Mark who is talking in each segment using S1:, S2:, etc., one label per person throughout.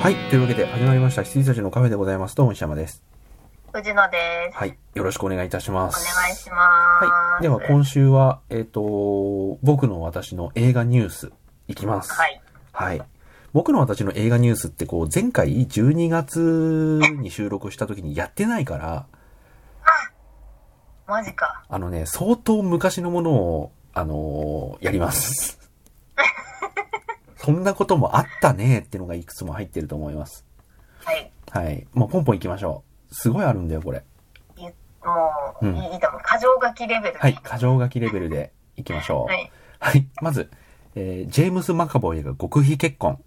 S1: はい。というわけで始まりました。羊たちのカフェでございます。どうも石山です。
S2: 藤野です。
S1: はい。よろしくお願いいたしま
S2: お
S1: す。
S2: 願いします。
S1: はい。では今週は、えっ、と、僕の私の映画ニュースいきます。
S2: は。い。
S1: はい。僕の私の映画ニュースってこう、前回12月に収録した時にやってないから、
S2: マジか。
S1: あのね、相当昔のものを、あのーやります。 そんなこともあったねってのがいくつも入ってると思います。
S2: はい。
S1: はい。もうポンポン行きましょう。すごいあるんだよ、これ。
S2: いもう、
S1: うん
S2: いいと思う。過剰書きレベルで。
S1: はい。過剰書きレベルで行きましょう。
S2: は
S1: はい。
S2: い。
S1: まず、えージェームス・マカボイが極秘結婚。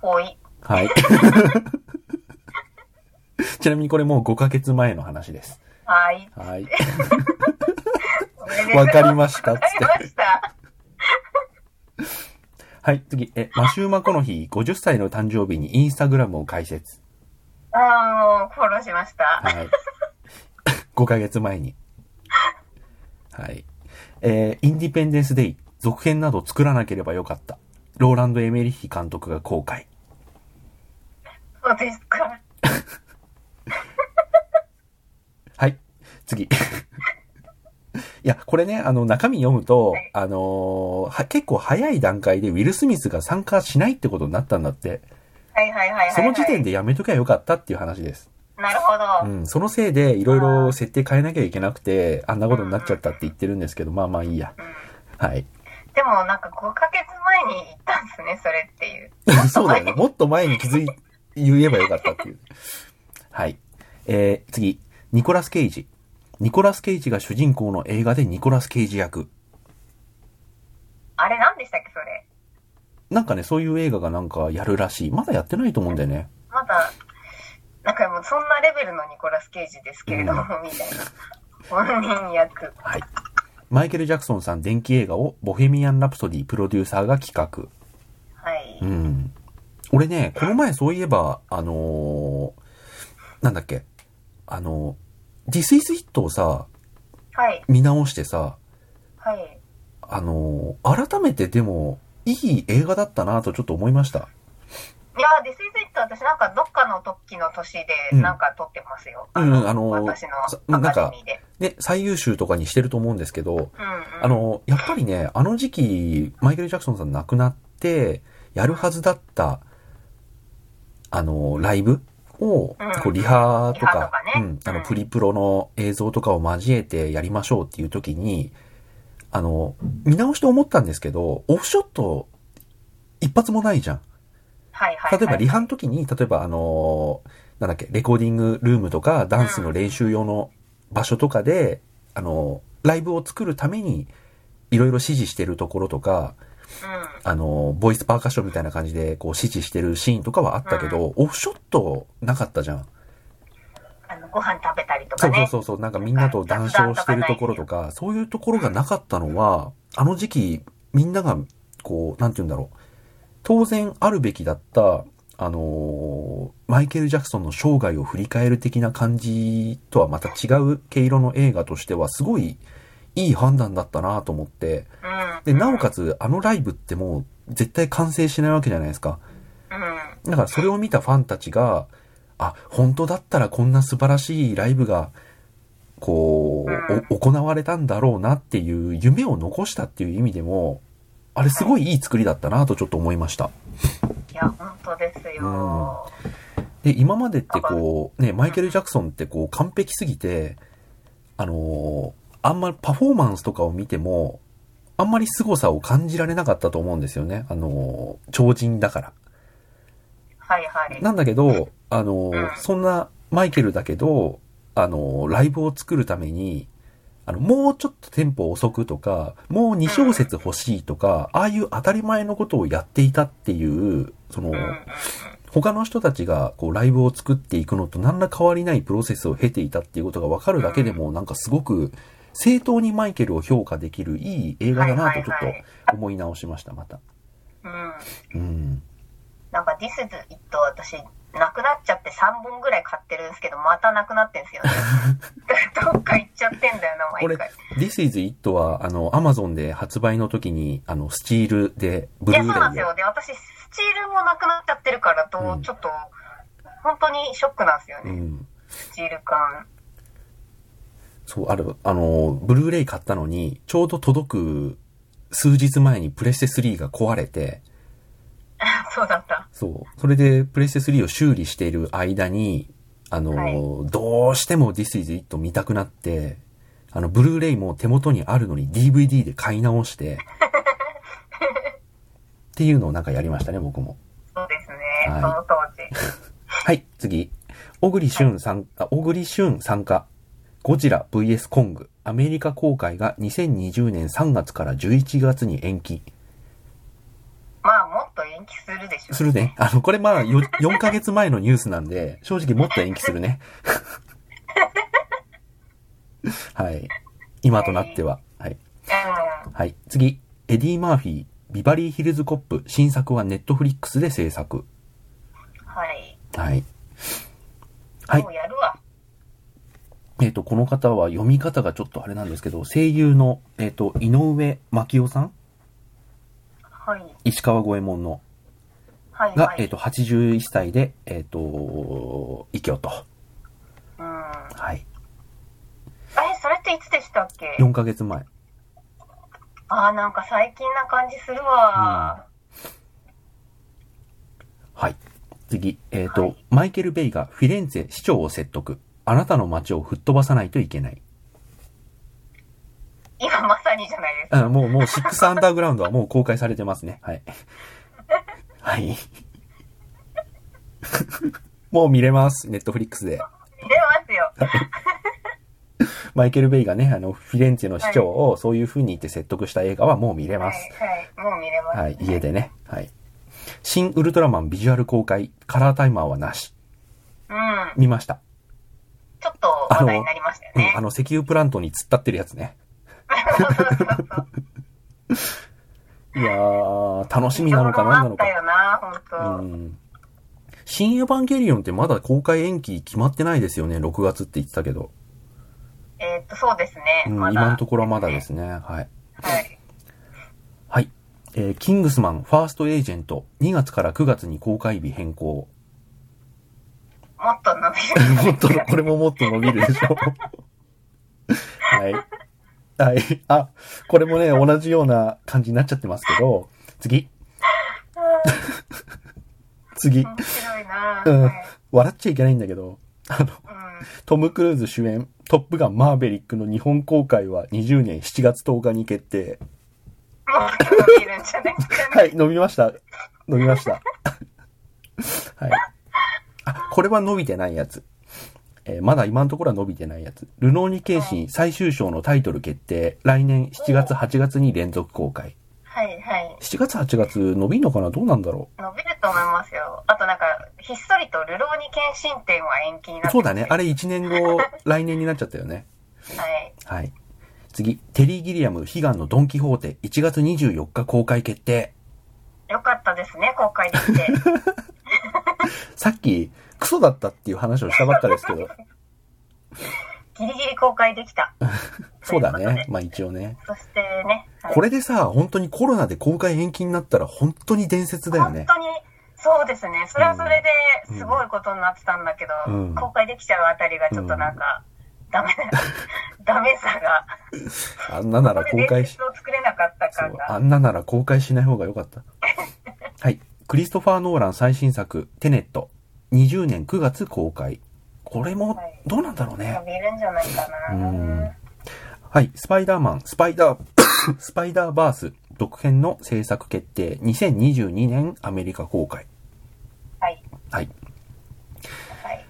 S2: 多い。
S1: はい。 ちなみにこれもう5ヶ月前の話です。
S2: はい。
S1: はい。
S2: おめでとう
S1: わかりました、つっ
S2: ござい
S1: て。
S2: ました。
S1: はい、次。え、マシューマコの日、50歳の誕生日にインスタグラムを開設。
S2: ああ、もう、フォローしました。
S1: はい。5ヶ月前に。はい。えーインディペンデンスデイ、続編など作らなければよかった。ローランド・エメリッヒ監督が後悔。
S2: そうですか。
S1: はい。次。い や、これね、あの、中身読むと
S2: はい、
S1: あのーは結構早い段階でウィル・スミスが参加しないってことになったんだって、
S2: はいはいはいはい、はい。
S1: その時点でやめときゃよかったっていう話です。
S2: なるほど。
S1: うん、そのせいでいろいろ設定変えなきゃいけなくて、あんなことになっちゃったって言ってるんですけど、まあまあいいや。はい。
S2: でも、なんか5ヶ月前に行ったんですね、それっていう。
S1: そうだよね。もっと前に気づい、言えばよかったっていう。はい。えー、次。ニコラス・ケイジ。ニコラス・ケイジが主人公の映画でニコラス・ケイジ役。
S2: あれ、何でしたっけ、それ。
S1: なんかね、そういう映画がなんかやるらしい。まだやってないと思うんだよね。
S2: まだ、なんかもう、そんなレベルのニコラス・ケイジですけれども、みたいな。本人役。
S1: はい。マイケル・ジャクソンさん電気映画をボヘミアン・ラプソディプロデューサーが企画。
S2: はい。
S1: うん。俺ね、この前そういえば、あのーなんだっけ、あのー、This is It をさ、
S2: はい。
S1: 見直してさ、
S2: はい。
S1: あのー改めてでも、いい映画だったなとちょっと思いました。
S2: いやー、This is it 私なんかどっかの時の年
S1: う
S2: で
S1: ん
S2: なんか撮ってますよ。
S1: うんうんあのー
S2: 私
S1: さ
S2: の
S1: な
S2: ア
S1: んか
S2: カデミーで。
S1: ね、最優秀とかにしてると思うんですけど、
S2: うんうん。
S1: あのーやっぱりね、あの時期、マイケル・ジャクソンさん亡くなって、やるはずだった、あのーライブを、
S2: う
S1: こ
S2: ん
S1: う、リハと
S2: リハ
S1: か
S2: とかね、
S1: うん、あ
S2: う
S1: の、
S2: ん
S1: プリプロの映像とかを交えてやりましょうっていう時に、あの、見直して思ったんですけど、オフショット、一発もないじゃん。
S2: はいはい、はい。
S1: 例えば、リハの時に、例えば、あのーなんだっけ、レコーディングルームとか、ダンスの練習用の場所とかで、あのーライブを作るために、いろいろ指示してるところとか、
S2: うん。
S1: あのーボイスパーカッションみたいな感じで、こう、指示してるシーンとかはあったけど、オフショットなかったじゃん。
S2: あの、ご飯食べたりと
S1: そ
S2: か
S1: うそう
S2: ね。
S1: そうそう、なんかみんなと談笑してるところとか、そういうところがなかったのは、あの時期、みんなが、こう、なんて言うんだろう。当然あるべきだった、あのーマイケル・ジャクソンの生涯を振り返る的な感じとはまた違う毛色の映画としては、すごいいい判断だったなと思って。
S2: うん。
S1: で、なおかつ、あのライブってもう絶対完成しないわけじゃないですか。
S2: うん。
S1: だからそれを見たファンたちが、あ、本当だったらこんな素晴らしいライブが、こう、お行われたんだろうなっていう夢を残したっていう意味でも、あれすごいいい作りだったなとちょっと思いました。
S2: いや、本当ですよ。
S1: うんで、今までってこう、ね、マイケル・ジャクソンってこう完璧すぎて、あのーあんまりパフォーマンスとかを見ても、あんまり凄さを感じられなかったと思うんですよね。あのー超人だから。
S2: はいはい。
S1: なんだけど、あの、
S2: うん
S1: そんなマイケルだけど、あの、ライブを作るために、あの、もうちょっとテンポ遅くとか、もう2小節欲しいとか、ああいう当たり前のことをやっていたっていう、その
S2: う、んうん。
S1: 他の人たちがこうライブを作っていくのと何ら変わりないプロセスを経ていたっていうことがわかるだけでも、なんかすごく正当にマイケルを評価できるいい映画だなとちょ
S2: はいはいはい
S1: っと思い直しました、また。
S2: うん。
S1: うん。
S2: なんか、This is it 私、なくなっちゃって3本ぐらい買ってるんですけど、またなくなってん すよね。どっか行っちゃってんだよな、
S1: これ
S2: 毎回。、
S1: This is It は、あの、アマゾンで発売の時に、あの、スチールで、ブ
S2: い
S1: ルー
S2: や、そうなんです
S1: レイを
S2: よ。で、私、ススチールもなくなっちゃってるからと、
S1: うん
S2: ちょっと、本当にショックなんですよ
S1: う
S2: ね、
S1: ん。
S2: スチール感。
S1: そう、ある、あの、ブルーレイ買ったのに、ちょうど届く数日前にプレステ3が壊れて、
S2: そうだった。
S1: そう。それで、プレステ3を修理している間に、あの、
S2: は
S1: どうしても This is It 見たくなって、あの、ブルーレイも手元にあるのに DVD で買い直 して、っていうのをなんかやりましたね、僕も。
S2: そうですね、
S1: はい
S2: その当時。
S1: はい、次。小栗旬さん、あ、小栗旬参加。ゴジラ VS コング。アメリカ公開が2020年3月から11月に延期。
S2: まあ、もっと延期するでしょう。
S1: するね。あの、これまあよ4ヶ月前のニュースなんで、正直もっと延期するね。 はい。今となっては。はい。
S2: うん。
S1: はい。次。エディ・マーフィー、ビバリーヒルズ・コップ。新作はネットフリックスで制作。
S2: はい。
S1: はい。はい
S2: もうやるわ。
S1: えっ、と、この方は読み方がちょっとあれなんですけど、声優の、えっ、と、井上真紀夫さん
S2: はい。
S1: 石川五右衛門の。
S2: はい、
S1: が、
S2: はい。
S1: えっ、と、81歳で、えっ、と、異教と。
S2: うん。あ
S1: はい。
S2: れ、それっていつでしたっけ
S1: 4ヶ月前。
S2: ああ、なんか最近な感じするわ。
S1: はい。次。えっ、と、
S2: はい
S1: マイケル・ベイがフィレンツェ市長を説得。あなたの街を吹っ飛ばさないといけない。
S2: 今まさにじゃないですか。
S1: あもう、もう、シックスアンダーグラウンドはもう公開されてますね。はい。はい。 もう見れます。ネットフリックスで。
S2: 出ますよ。
S1: マイケル・ベイがね、あの、フィレンツェの市長をそういう風に言って説得した映画はもう見れ
S2: は
S1: ます。
S2: い、はい。もう見れます。
S1: はい、家でね。はい。新ウルトラマンビジュアル公開、カラータイマーはなし。
S2: うん。
S1: 見ました。
S2: ちょっと話題になりましたよ
S1: うん
S2: ね。
S1: あの、石油プラントに突っ立ってるやつ ね。いやー、楽しみなのか何なの
S2: い
S1: か。
S2: ろいろあったよな、
S1: う
S2: 本
S1: ん。新エヴァンゲリオンってまだ公開延期決まってないですよね。6月って言ってたけど。
S2: 当。えーっと、そうですね。
S1: うん、
S2: まだ
S1: 今のところはまだですね。はい。
S2: はい。
S1: はい。えー、キングスマン、ファーストエージェント、2月から9月に公開日変更。
S2: もっと伸びる。
S1: もっと、これももっと伸びるでしょ。 はい。はい。あ、これもね、同じような感じになっちゃってますけど、次。 次。
S2: 面白いな、
S1: うん
S2: はい。
S1: 笑っちゃいけないんだけど、あの、トム・クルーズ主演、トップガンマーベリックの日本公開は20年7月10日に決定。
S2: うん。もっと伸びるんじゃないかな。
S1: はい、伸びました。伸びました。 はい。あ、これは伸びてないやつ。えーまだ今のところは伸びてないやつ。ルノーニケーシン最終章のタイトル決定。来年7月8月に連続公開。
S2: はい、はい。
S1: 7月8月伸びんのかなどうなんだろ
S2: 伸びると思いますよ。あとなんか、ひっそりと流浪に献身展は延期にな
S1: う
S2: ってます
S1: そうだね。あれ1年後、来年になっちゃったよね。
S2: はい。
S1: はい。次、テリー・ギリアム悲願のドン・キホーテ1月24日公開決定。
S2: よかったですね、公開 できて。
S1: さっきクソだったっていう話をしたばっかですけど。
S2: ギリギリ公開できた。
S1: そうだ
S2: とい
S1: ね
S2: うこ。とで
S1: まあ一応ね。
S2: そしてね、はい
S1: これでさ、本当にコロナで公開延期になったら本当に伝説だよね
S2: 本。当に、そうですね。それはそれですごいことになってたんだけど、
S1: うん
S2: 公開できちゃうあたりがちょっとなんか、ダメ、ダメさが。
S1: あんななら
S2: それ
S1: 公
S2: で伝
S1: 開し、
S2: 説を作れなかった
S1: そう
S2: 感が。
S1: あんななら公開しない方が良か った。はい。クリストファー・ノーラン最新作、テネット。20年9月公開。これも
S2: はい、
S1: どうなんだろうね
S2: 伸。びるんじゃないかな。
S1: うんはい。スパイダーマン、スパイダー、 スパイダーバース、続編の制作決定。2022年アメリカ公開。
S2: はい。
S1: はい。
S2: はい。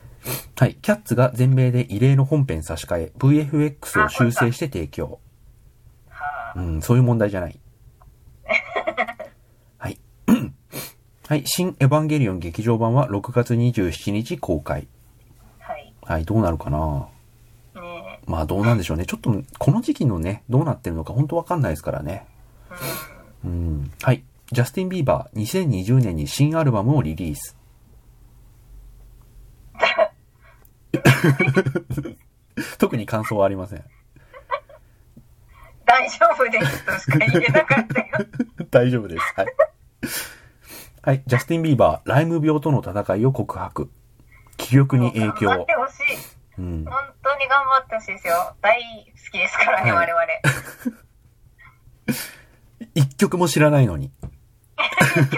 S1: はい。キャッツが全米で異例の本編差し替え、VFX を修正して提供。
S2: はあ
S1: うん、そういう問題じゃ ない。はい。はい。新エヴァンゲリオン劇場版は6月27日公開。
S2: はい。
S1: はい。どうなるかな
S2: ね
S1: まあどうなんでしょうね。ちょっと、この時期のね、どうなってるのか本当わかんないですからね。
S2: え。うん
S1: うん。はい。ジャスティン・ビーバー、2020年に新アルバムをリリース。特に感想はありません。
S2: 大丈夫ですとしか言えなかったよ。
S1: 大丈夫です。はい。はい、ジャスティン・ビーバー、ライム病との戦いを告白。気力に影
S2: 頑張
S1: 響
S2: って。ほしい。
S1: うん。
S2: 本当に頑張ってほしいですよ。大好きですからね、
S1: はい
S2: 我々。
S1: 一曲も知らないのに。
S2: 曲は知っ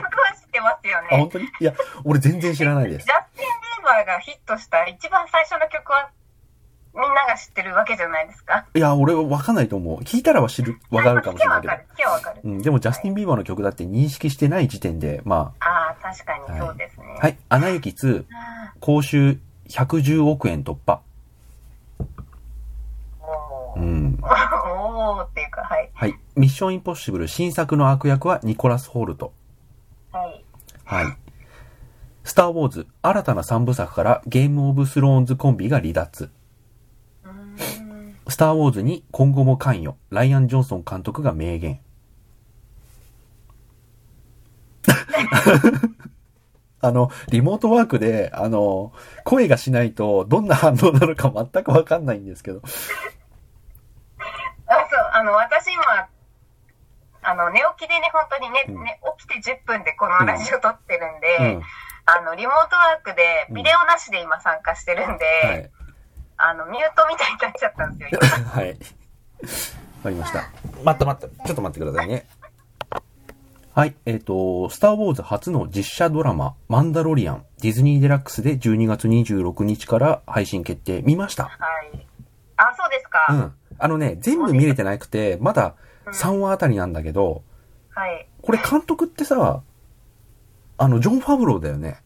S2: てますよ
S1: あ、本
S2: ね。
S1: 当にいや、俺全然知らないで
S2: ジ
S1: す。
S2: ャスティン・ビーバーがヒットした一番最初の曲は、みんなが知ってるわけじゃないですか。
S1: いや、俺はわかんないと思う。聞いたらは知る、わかるかもしれないけ ど
S2: 聞。けばわかる。聞けばわかる。
S1: うん、でもジャスティン・ビーバーの曲だって認識してない時点で、ま
S2: ああ、確かにそうですね。
S1: あ、はい、アナ雪2、
S2: あ
S1: 公衆110億円突破。
S2: ー お
S1: う
S2: ー
S1: ん。
S2: おーっていうか、はい。
S1: はい。ミッションインポッシブル新作の悪役はニコラス・ホールト。
S2: はい。
S1: はい。スター・ウォーズ、新たな3部作からゲーム・オブ・スローンズコンビが離脱。
S2: うーん。
S1: スター・ウォーズに今後も関与、ライアン・ジョンソン監督が明言。 あの、リモートワークで、あの、声がしないとどんな反応なのか全くわかんないんですけど。
S2: あ、そう、あの、私今、あの、寝起きでね、本当にね、
S1: うん
S2: ね起きて10分でこのラジオ撮ってるんで、
S1: うん。
S2: あの、リモートワークで、ビデオなしで今参加してるんで、
S1: はい。
S2: あの、ミュートみたいになっちゃったんですよ。
S1: はい。わかりました。待った待った。ちょっと待ってくださいね。はい。えっ、と、スターウォーズ初の実写ドラマ、マンダロリアン、ディズニーデラックスで12月26日から配信決定。見ました。
S2: はい。あ、そうですか。
S1: うん。あのね、全部見れてなくて、まだ
S2: うん
S1: 3話あたりなんだけど、
S2: はい。
S1: これ監督ってさ、あの、ジョン・ファブローだよね。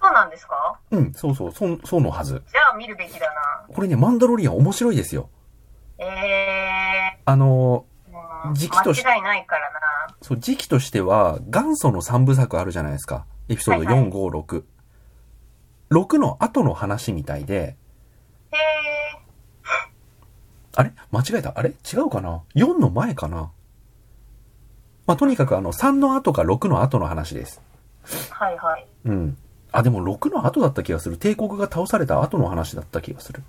S2: そうなんですか
S1: うん、そうそう、そう、そうのはず。
S2: じゃあ見るべきだな。
S1: これね、マンダロリアン面白いですよ。
S2: え
S1: あの、
S2: ー、もう
S1: 時期とし
S2: 間違いないからな。
S1: そう、時期としては、元祖の3部作あるじゃないですか。エピソード4、
S2: はいはい
S1: 5、6。6の後の話みたいで、
S2: へえ
S1: あれ間違えたあれ違うかな ?4 の前かなまあ、とにかくあの、3の後か6の後の話です。
S2: ー、はいはい。
S1: うん。あ、でも6の後だった気がする。帝国が倒された後の話だった気がする。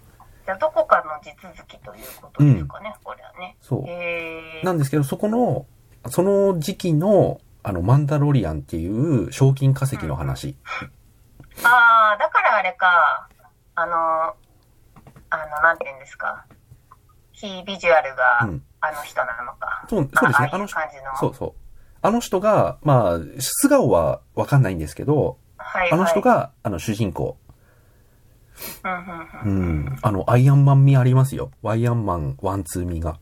S2: じゃあどこかの地続きということですかね、これはね。
S1: そう。
S2: えー、
S1: なんですけど、そこの、その時期の、あの、マンダロリアンっていう賞金稼ぎの話。
S2: あー、だからあれか、あの、あの、なんて言うんですか。非ビジュアルが
S1: うん
S2: あの人なのか。
S1: そう、そうですね。
S2: ああ
S1: あ
S2: いう
S1: の人
S2: 感じの。
S1: そうそう。あの人が、まあ、素顔はわかんないんですけど、
S2: はい、
S1: あの人
S2: は
S1: が、あの、主人公。
S2: い。うんうんうん
S1: うん。あの、アイアンマン味ありますよ。ワイアンマン、ワン、ツー味が。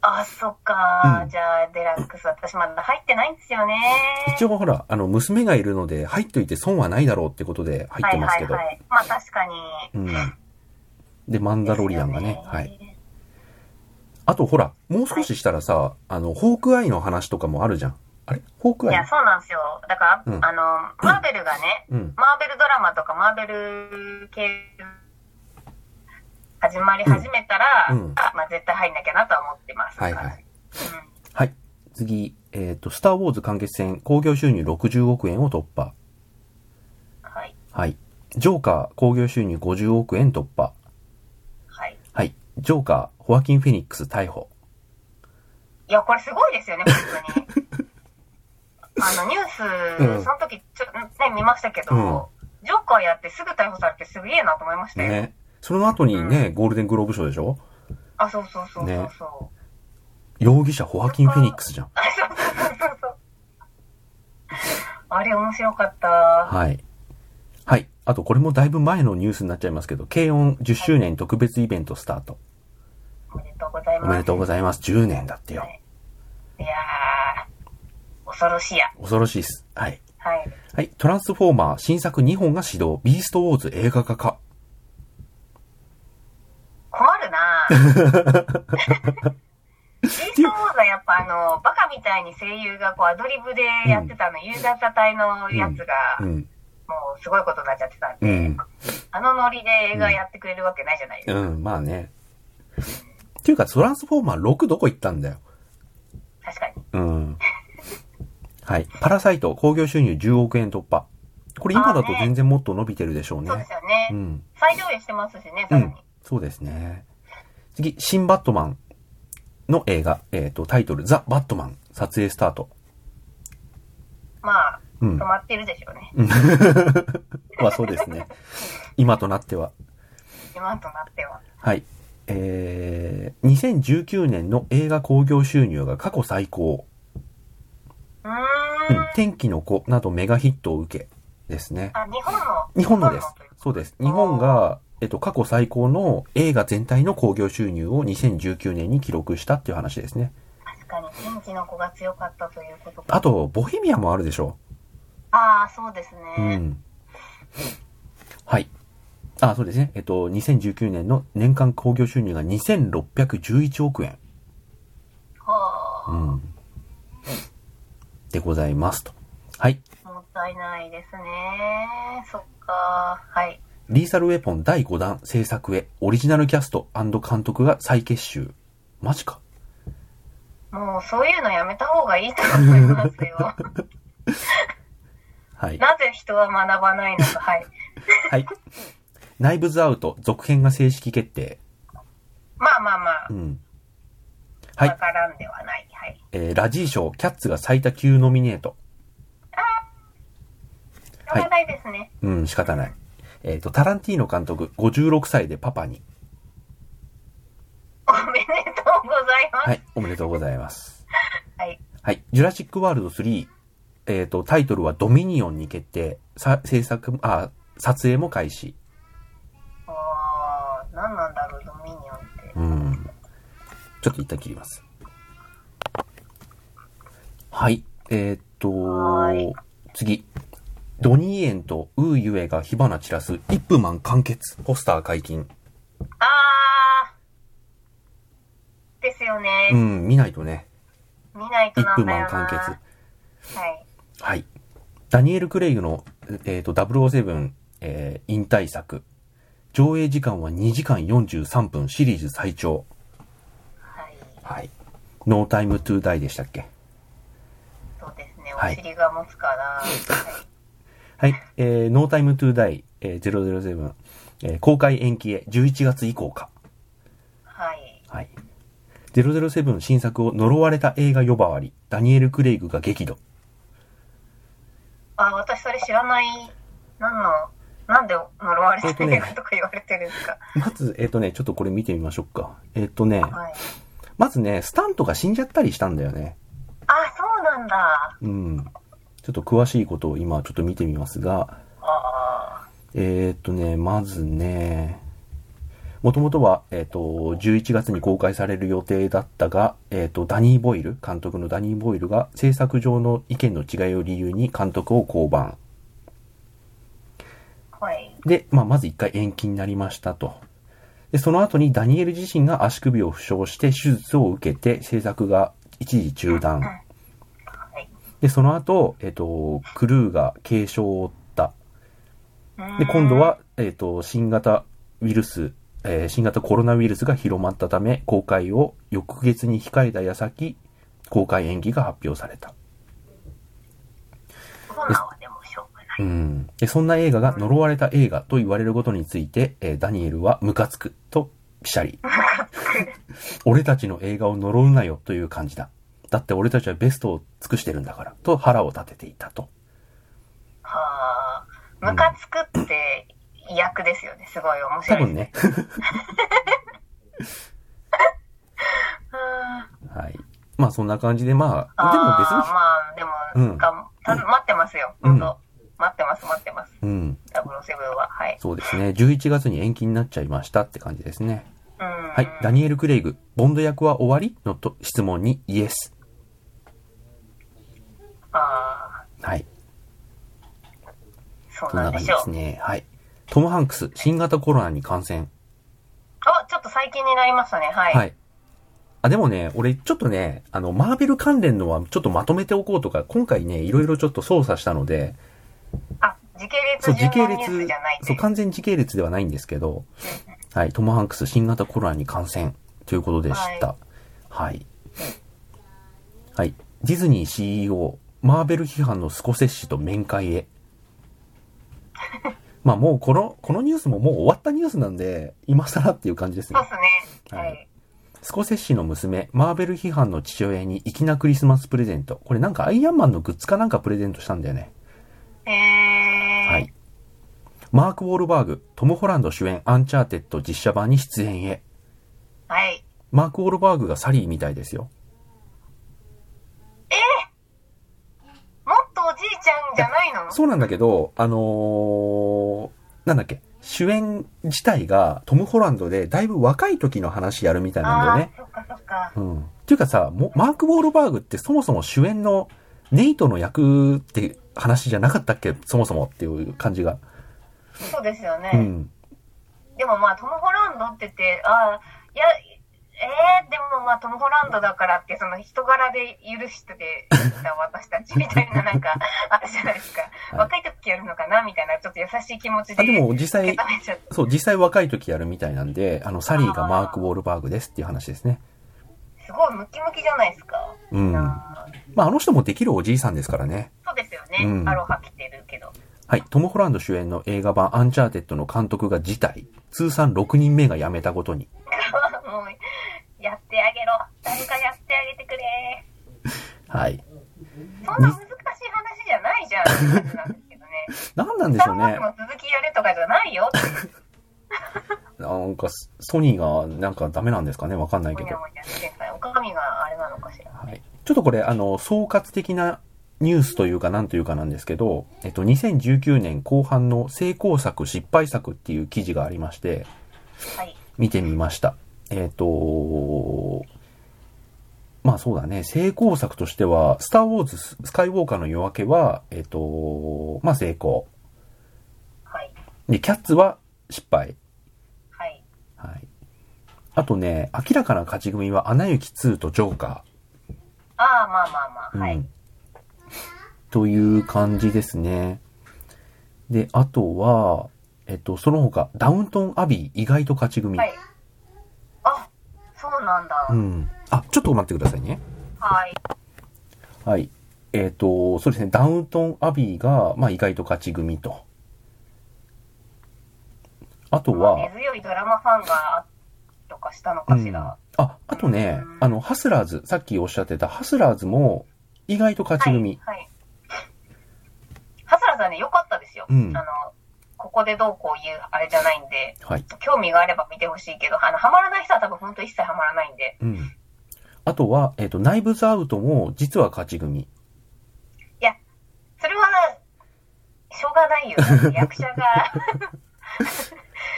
S2: あ、そっか、
S1: うん
S2: じゃあ、デラックス、私まだ入ってないんですよね。
S1: 一応ほら、あの、娘がいるので、入っといて損はないだろうってことで入ってますけど
S2: はい。はいはい。まあ、確かに。
S1: うん。で、マンダロリアンがね
S2: で。すよ
S1: はい。。あとほら、もう少ししたらさ、あの、ホークアイの話とかもあるじゃん。あれホーク
S2: い
S1: ア
S2: や、
S1: イ
S2: そうなんですよ。だから、
S1: うん
S2: あの、マーベルがね、
S1: うん。
S2: マーベルドラマとかマーベル系始まり始めたら、
S1: うんうん
S2: あまあ、絶対入んなきゃなとは思ってます。
S1: はいはい。。
S2: うん
S1: はい。次、えっ、と、スターウォーズ完結戦、興行収入60億円を突破。
S2: はい。
S1: はい。ジョーカー、興行収入50億円突破。
S2: はい。
S1: はい。ジョーカー、ホアキン・フェニックス逮捕。
S2: いや、これすごいですよね、本 当に。あの、ニュー
S1: うん
S2: ス、その時、ちょね、見ましたけど、ジョーカーやってすぐ逮捕されてすげえなと思いましたよ。
S1: ね。その後にね、ゴールデングローブ賞でしょ
S2: あ、そうそうそうそうそう。
S1: ね
S2: そう
S1: 容疑者、ホアキン・フェニックスじゃん。
S2: そうそう。あれ面白かった。
S1: はい。はい。あと、これもだいぶ前のニュースになっちゃいますけど、軽音10周年特別イベントスタート。
S2: おめでとうござい
S1: お
S2: ます。
S1: めでとうございます。10年だってよ。
S2: いやー、恐ろしいや。
S1: 恐ろしいっす。はい。
S2: はい。
S1: はい。トランスフォーマー、新作2本が始動。ビーストウォーズ映画化か。
S2: 困るなぁ。ビーストウォーズはやっぱあの、バカみたいに声優がこうアドリブでやってたの、夕方隊のやつが、
S1: う
S2: も
S1: ん。
S2: うすごいことになっちゃってたんで、
S1: うん。
S2: あのノリで映画やってくれるわけないじゃないです
S1: う
S2: か。
S1: ん、まあね。っていうか、トランスフォーマー6どこ行ったんだよ。
S2: 確かに。
S1: うん。はい。パラサイト、興行収入10億円突破。これ今だと全然もっと伸びてるでしょうね
S2: そう。ですよね。
S1: うん。
S2: 再上映してますしね、
S1: う
S2: さら
S1: ん
S2: に。。
S1: そうですね。次、新バットマンの映画、えっ、と、タイトル、ザ・バットマン、撮影スタート。
S2: まあ、
S1: うん
S2: 止。まってるでしょうね。
S1: まあそうですね。今となっては。
S2: 今となっては。
S1: はい。えー、2019年の映画興行収入が過去最高。
S2: う
S1: う
S2: ーん
S1: ん。。天気の子などメガヒットを受けですね。
S2: あ、日本の。
S1: 日本のです
S2: という。
S1: そうです。日本が、えっと、過去最高の映画全体の興行収入を2019年に記録したっていう話ですね。
S2: 確かに、天気の子が強かったということか。
S1: あと、ボヘミアもあるでしょ。
S2: ああ、そうです
S1: う
S2: ね。
S1: ん。はい。あ、そうですね。えっと、2019年の年間興行収入が2611億円。
S2: は
S1: うん。でございますと。はい。
S2: あ、もったいないですね。そっか。はい。
S1: リーサルウェポン第5弾制作へ、オリジナルキャスト監督が再結集。マジか。
S2: もう、そういうのやめた方がいいと思いま すよ。
S1: はい。
S2: なぜ人は学ばないのか。はい。
S1: はい。ナイブズアウト続編が正式決定。
S2: まあまあまあ
S1: う、ん。は
S2: わ
S1: い。
S2: からんではない。はい。
S1: えー、ラジー賞、キャッツが最多級ノミネート。
S2: しょうがないですね。
S1: うん、仕方ない。えっ、と、タランティーノ監督、56歳でパパに。
S2: おめでとうございます。
S1: はい、おめでとうございます。
S2: はい。
S1: はい、ジュラシックワールド3、えっ、と、タイトルはドミニオンに決定。さ、制作、あ、撮影も開始。
S2: ああ、何なんだろう、ドミニオンって。
S1: うん。ちょっと一旦切ります。はい、えっ、
S2: はーい
S1: と、次。ドニーエンとウーユエが火花散らす、イップマン完結。ポスター解禁。
S2: ああ、ですよね。
S1: うん、見ないとね。
S2: 見ない
S1: イ
S2: と
S1: ッ
S2: な
S1: プ
S2: んだ
S1: マン
S2: よな。
S1: 完結。
S2: はい。
S1: はい。ダニエル・クレイグの、えっ、と、007、えー引退作。上映時間は2時間43分、シリーズ最長。
S2: はい。
S1: はい。No Time to Die でしたっけ
S2: そうですね。
S1: はい
S2: お尻が持つから。はい
S1: はい。えー、No Time to Die、えー007、えー公開延期へ11月以降か。
S2: はい。
S1: はい。007新作を呪われた映画呼ばわり、ダニエル・クレイグが激怒。
S2: あ、私それ知らない。何の、なんで呪われてるかとか言われてるんですか。
S1: まず、えっ、とね、ちょっとこれ見てみましょうか。えっ、とね、
S2: はい。
S1: まずね、スタントが死んじゃったりしたんだよね。
S2: あ、そうなんだ。
S1: うん。ちょっと詳しいことを今ちょっと見てみますが、
S2: あ
S1: えー、っとね、まずね、もともとは、えーっと、11月に公開される予定だったが、えーっと、ダニー・ボイル、監督のダニー・ボイルが制作上の意見の違いを理由に監督を降板。
S2: あ、はい。
S1: で、まあ、まず一回延期になりましたと。で、その後にダニエル自身が足首を負傷して手術を受けて制作が一時中断。
S2: はい。
S1: で、その後、えーっと、クルーが軽傷を負った。
S2: うーん
S1: で、今度。は、えっ、と、新型ウイルス、えー新型コロナウイルスが広まったため、公開を翌月に控えた矢先、公開延期が発表された。
S2: コロナはでもしょうがな
S1: う
S2: い。
S1: ん。で、そんな映画が呪われた映画と言われることについて、えーダニエルはムカつくとピシャ リ。俺たちの映画を呪うなよという感じだ。だって俺たちはベストを尽くしてるんだから、と腹を立てていたと。
S2: はあ。ムカつくって、威訳ですよね。すごい面
S1: 多
S2: 白い。
S1: 分ね。
S2: うん。
S1: はい。まあそんな感じで、まあ、
S2: あ
S1: でも別に
S2: ーまあ、でも、
S1: うん
S2: がた待ってますよ。
S1: う
S2: うんん、待ってます、待ってます。
S1: うん。
S2: ダブルセブンは。はい。
S1: そうですね。11月に延期になっちゃいましたって感じですね。
S2: うん。
S1: はい。ダニエル・クレイグ、ボンド役は終わりのと質問にイエス。
S2: ああ、
S1: はい。
S2: そう
S1: そんな
S2: な
S1: ん
S2: で
S1: 感じ
S2: し
S1: で
S2: ょ
S1: す
S2: う。
S1: ね。はい。トム・ハンクス、新型コロナに感染。
S2: あ、ちょっと最近になりましたね。はい。
S1: はい。あ、でもね、俺ちょっとね、あの、マーベル関連のはちょっとまとめておこうとか、今回ね、いろいろちょっと操作したので、
S2: あ、時系
S1: そ
S2: 列
S1: う、時系
S2: 順のニュース
S1: 列
S2: じゃない、と
S1: そ、
S2: いう
S1: 完全時系列ではないんですけど、はい。トム・ハンクス、新型コロナに感染ということでした。はい。はい。ディズニー CEO、マーベル批判のスコセッシと面会 へ。まあもうこの、このニュースももう終わったニュースなんで、今更っていう感じですね
S2: そう。ですね。はい。
S1: スコセッシの娘、マーベル批判の父親に粋なクリスマスプレゼント。これなんかアイアンマンのグッズかなんかプレゼントしたんだよね。
S2: えー、
S1: はい。マーク・ウォールバーグ、トム・ホランド主演アンチャーテッド実写版に出演へ。
S2: はい。
S1: マーク・ウォールバーグがサリーみたいですよ。
S2: えもっとおじいちゃんじゃないの
S1: そうなんだけど、あのー、なんだっけ、主演自体がトム・ホランドでだいぶ若い時の話やるみたいなんだよね
S2: あ。あ、そっかそっか。
S1: うん。っていうかさ、もマーク・ウォールバーグってそもそも主演のネイトの役って話じゃなかったっけそもそもっていう感じが。
S2: そうですよね。
S1: うん。
S2: でもまあ、トム・ホランドって言って、ああ、いや、えー、でもまあ、トム・ホランドだからって、その人柄で許しててた私たちみたい な、なんか、あるじゃないですか。
S1: い
S2: 若い時やるのかなみたいな、ちょっと優しい気持ちで。
S1: あ、でも実
S2: 受
S1: 際
S2: け、止めちゃって
S1: そう、実際若い時やるみたいなんで、あの、サリーがマーク・ウォールバーグですっていう話ですね。
S2: すごいムキムキじゃないですか。
S1: うん。ま
S2: あー
S1: あ、あの人もできるおじいさんですからね。
S2: そうですよね。
S1: うん
S2: アロハ着てるけど。
S1: はい。トム・ホランド主演の映画版アンチャーテッドの監督が辞退。通算6人目が辞めたことに。
S2: もう、やってあげろ。誰かやってあげてくれ。
S1: はい。
S2: そんな難しい話じゃないじゃんって感じなんですけどね。
S1: なんなんで
S2: ス
S1: し
S2: タ
S1: ょう
S2: ー・ウォー
S1: ね
S2: ズ。の続きやれとかじゃないよって
S1: なんか、ソニーがなんかダメなんですかねわかんないけ
S2: も
S1: ど
S2: にゃ。もにゃしてんからおかみがあれなのかしら。
S1: はい。ちょっとこれ、あの、総括的なニュースというか、なんというかなんですけど、えっと、2019年後半の成功作、失敗作っていう記事がありまして、
S2: はい。
S1: 見てみました。えっ、と、まあそうだね、成功作としては、スター・ウォーズス・スカイウォーカーの夜明けは、えっ、と、まあ成功。
S2: はい。
S1: で、キャッツは失敗。
S2: はい。
S1: はい。あとね、明らかな勝ち組は、アナ雪2とジョーカ
S2: ああ、まあまあ
S1: ー。
S2: まあ。は
S1: う
S2: い
S1: ん。。という感じですね。で、あとは、えっと、その他、ダウントン・アビー意外と勝ち組。
S2: はい。あ、そうなんだ。
S1: うん。あ、ちょっと待ってくださいね。
S2: はい。
S1: はい。えっ、と、そうですね、ダウントン・アビーが、まあ、意外と勝ち組と。あとは
S2: 根、強いドラマファンが、とかしたの
S1: う
S2: かし
S1: ん、
S2: ら
S1: あ。、あとね、あの、ハスラーズ、さっきおっしゃってたハスラーズも、意外と勝ち組。
S2: はい。はい、ハスラーさんね、良かったですよ。
S1: うん
S2: あの、ここでどうこう言う、あれじゃないんで、
S1: はい。
S2: 興味があれば見てほしいけど、あの、ハマらない人は多分本当一切ハマらないんで。
S1: うん。あとは、えっ、と、ナイブズ・アウトも、実は勝ち組。
S2: それは、しょうがないよ。だ って役者が、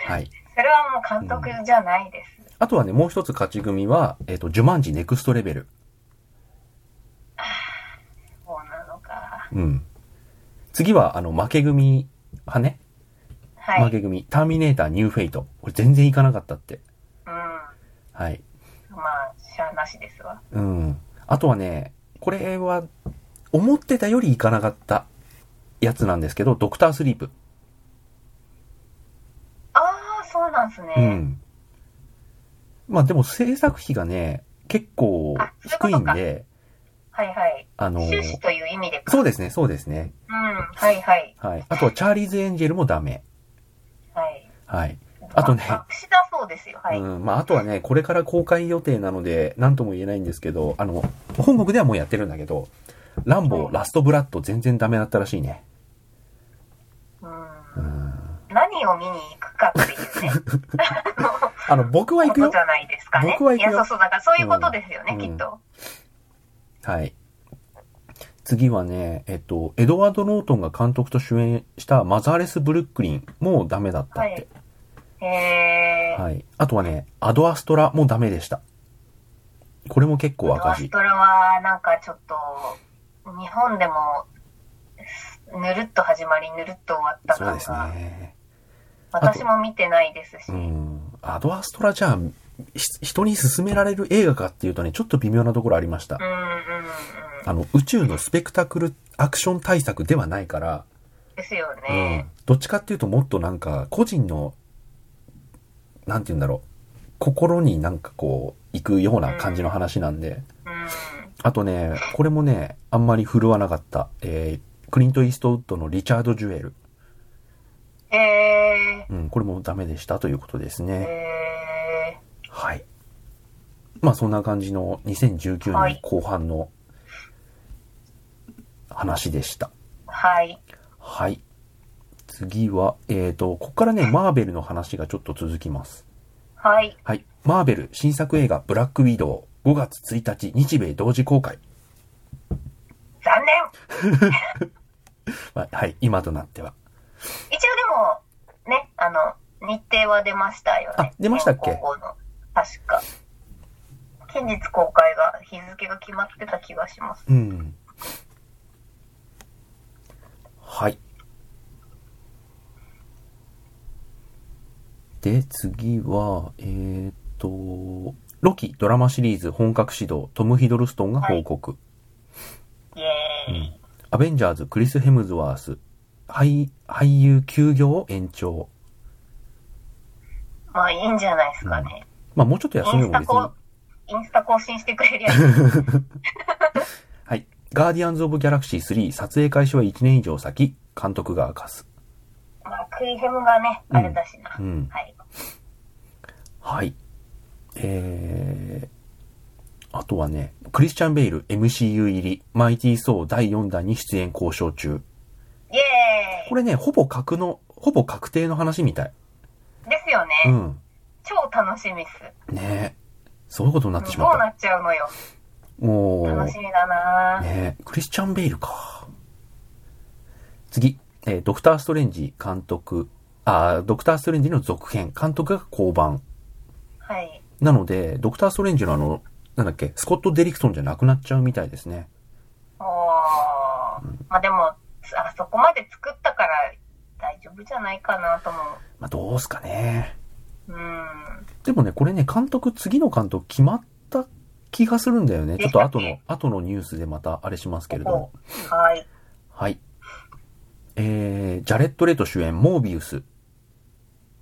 S1: はい。
S2: それはもう監督じゃないです。
S1: あとはね、もう一つ勝ち組は、えっ、と、ジュマンジネクストレベル。
S2: そうなのか。
S1: うん。次は、あの、負け組派ね。
S2: はい。
S1: 負け組。ターミネーター、ニューフェイト。これ全然いかなかったって。
S2: うん。ま
S1: はい。
S2: あ、しゃあなしですわ。
S1: うん。あとはね、これは、思ってたよりいかなかったやつなんですけど、ドクタースリープ。
S2: ああ、そうなんすね。
S1: うん。まあでも制作費がね、結構
S2: あそういうこ
S1: 低
S2: と
S1: いんで、
S2: はいはい。
S1: あの、
S2: 終始という意味でか。
S1: そうですね、そうですね。
S2: うん。はいはい。
S1: はい。あとはチャーリーズ・エンジェルもダメ。
S2: はい。
S1: はい。あとね
S2: 隠しだそうですよ。はい。
S1: うん、まあ、あとはね、これから公開予定なので、なんとも言えないんですけど、あの、本国ではもうやってるんだけど、ランボー、ラストブラッド全然ダメだったらしいね。
S2: うん何を見に行くかっていうね、
S1: あの、 僕は行
S2: こ
S1: く
S2: と
S1: よ
S2: じ。ゃないですかね。
S1: 僕は行くよ
S2: いや、そうそう、だからそういうことですよ
S1: う
S2: ね、
S1: ん
S2: きっと。
S1: はい。次はね、えっと、エドワード・ノートンが監督と主演したマザーレス・ブルックリンもダメだったって。
S2: えー、
S1: はい。あとはね、アドアストラもダメでした。これも結構
S2: ドア
S1: 赤
S2: ス
S1: 字。
S2: トラは、なんかちょっと、日本でも、ぬるっと始まり、ぬるっと終わった
S1: そう
S2: 感
S1: です
S2: が、
S1: ね。
S2: 私も見てないですし、
S1: うん。アドアストラじゃあ、ひ人に勧められる映画かっていうとね、ちょっと微妙なところありました
S2: う。んうんうん。
S1: あの、宇宙のスペクタクルアクション対策ではないから、
S2: ですよ
S1: うん
S2: ね。。
S1: どっちかっていうともっとなんか、個人の、なんて言うんだろう、心になんかこう、行くような感じの話なんで。
S2: うん。
S1: あとね、これもね、あんまり振るわなかった。えー、クリント・イーストウッドのリチャード・ジュエル。
S2: え
S1: うん、これもダメでしたということです
S2: ー、
S1: ね。
S2: え
S1: はい。まあそんな感じの2019年後半の話でした。
S2: はい。
S1: はい。次は、えっ、と、ここからね、マーベルの話がちょっと続きます。
S2: はい。
S1: はい。マーベル新作映画ブラックウィドウ5月1日日米同時公開。
S2: 残念
S1: まあはい、今となっては。
S2: 一応でも、ね、あの、日程は出ましたよね
S1: あ。出ましたっけ
S2: 変更後の確か。近日公開が、日付が決まってた気がします。
S1: うん。はい。で、次は、えーっと、ロキドラマシリーズ本格始動、トム・ヒドルストンが報告。
S2: イエーイ。
S1: アベンジャーズ、クリス・ヘムズワース、俳俳優休業延長。
S2: まあいいんじゃないですかね。
S1: まあ、もうちょっと休め
S2: イン
S1: ば
S2: スタ
S1: 別
S2: こ
S1: に
S2: う。、インスタ更新してくれる やつ。
S1: はい。ガーディアンズ・オブ・ギャラクシー3、撮影開始は1年以上先、監督が明かす。
S2: まあクイヘムがね、あれだしな。
S1: うん
S2: はい。
S1: はい。えー、あとはね、クリスチャン・ベイル MCU 入り、マイティー・ソー第4弾に出演交渉中。
S2: イエ
S1: これね、ほぼ確の、ほぼ確定の話みたい。
S2: ーイ。ですよね。
S1: うん。
S2: 超楽しみっす。
S1: ねえそういうことになってし
S2: ど
S1: まっ
S2: うな
S1: た。
S2: っちゃうのよ。
S1: もう、
S2: 楽し
S1: ね
S2: みだなぁ
S1: えクリスチャン・ベイルか。次、えードクター・ストレンジ監督、あードクター・ストレンジの続編、監督が降板。
S2: はい。
S1: なので、ドクター・ストレンジのあの、なんだっけ、スコット・デリクソンじゃなくなっちゃうみたいですね。
S2: おー。まあでも、つあそこまで作ったから大丈夫じゃないかなと思
S1: まあ、どうすかね。
S2: う。うん。
S1: でもね、これね、監督、次の監督決まった気がするんだよね。ちょっと後
S2: で
S1: の、後のニュースでまたあれしますけれども。
S2: はい。
S1: はい。えー、ジャレット・レト主演、モービウス。